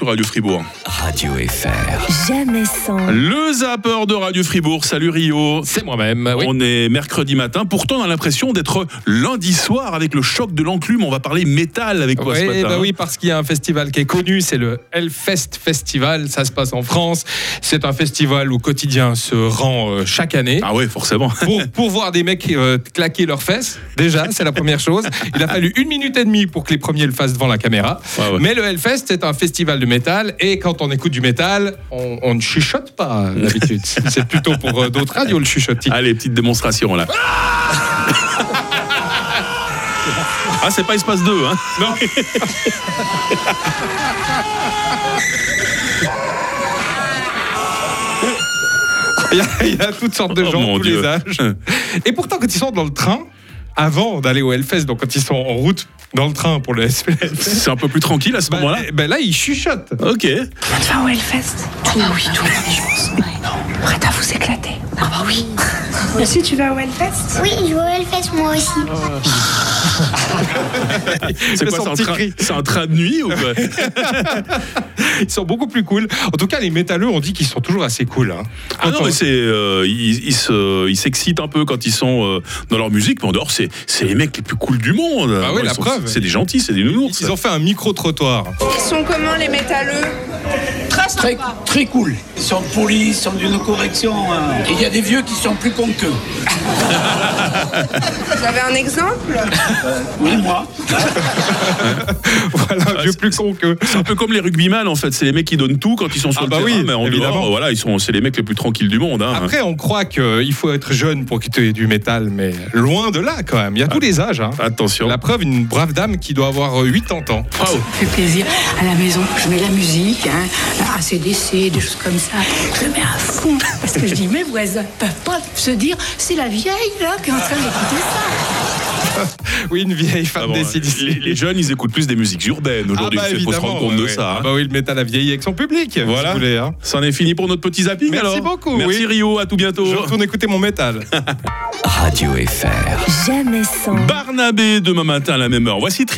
sur Radio Fribourg. Radio FR. Jamais sans. Le zapper de Radio Fribourg, salut Rio C'est moi-même, oui. On est mercredi matin, pourtant on a l'impression d'être lundi soir avec le choc de l'enclume. On va parler métal avec toi Oui, ce matin. hein. bah oui, parce qu'il y a un festival qui est connu, c'est le Hellfest Festival, ça se passe en France. C'est un festival où Quotidien se rend euh, chaque année. Ah ouais, forcément. Pour, pour voir des mecs euh, claquer leurs fesses, déjà, c'est la première chose. Il a fallu une minute et demie pour que les premiers le fassent devant la caméra. Ouais, ouais. Mais le Hellfest, c'est un festival de métal, et quand on écoute du métal, on, on ne chuchote pas euh, d'habitude. c'est plutôt pour euh, d'autres radios le chuchotis. Allez, petite démonstration là. Ah, c'est pas Espace 2, hein Non. Il y, a, il y a toutes sortes de Oh gens, mon tous Dieu. les âges. Et pourtant, quand ils sont dans le train, avant d'aller au Hellfest, donc quand ils sont en route dans le train pour le Hellfest, C'est un peu plus tranquille à ce bah, moment-là. eh ben là, ils chuchotent. Ok. Tu vas au Hellfest Ah oui, tout je pense. Prête à vous éclater Ah bah oui. Aussi, tu vas au Hellfest Oui, je vois le fesse moi aussi. C'est Mais quoi, son c'est un, petit train- cri. c'est un train de nuit ou quoi Ils sont beaucoup plus cool. En tout cas, les métalleux, on dit qu'ils sont toujours assez cool. hein. Ah non, Quand mais on- c'est. euh, ils ils se- ils s'excitent un peu quand ils sont euh, dans leur musique, mais en dehors, c'est c'est les mecs les plus cools du monde. Bah ouais, Ils la sont- preuve. C'est des gentils, c'est des nounours. ils ont fait un micro-trottoir. Ah, Ils sont comment les métalleux Très Très, sympa. très cool. Ils sont polis, ils sont d'une correction. hein. Et il y a des vieux qui sont plus cons qu'eux. Vous avez un exemple Oui, moi. Voilà, un vieux plus con que. C'est un peu comme les rugbyman en fait, c'est les mecs qui donnent tout quand ils sont sur Ah bah le terrain, oui, mais en évidemment. dehors, euh, voilà, ils sont, c'est les mecs les plus tranquilles du monde. hein. Après, on croit qu'il faut être jeune pour quitter du métal, mais loin de là quand même. Il y a tous les âges. hein. Ah, Attention. Ah La preuve, une brave dame qui doit avoir euh, 80 ans. Waouh. fait plaisir à la maison. Je mets la musique, hein, ACDC, des choses comme ça. Je le mets à fond parce que je dis mes voisins peuvent pas se dire c'est la vieille là qui est en train d'écouter ça. Oui, une vieille femme Ah bon, décidée. les, les jeunes, ils écoutent plus des musiques urbaines aujourd'hui. Ah bah il faut se évidemment, rendre compte de ouais, ouais. ça. hein. Ah bah oui, le métal a vieilli avec son public. si Voilà. vous voulez, hein. C'en est fini pour notre petit zapping Merci alors. beaucoup, Merci oui. Rio, à tout bientôt. Je retourne écouter mon métal. Radio FR. Jamais sans. Barnabé demain matin à la même heure. Voici Tri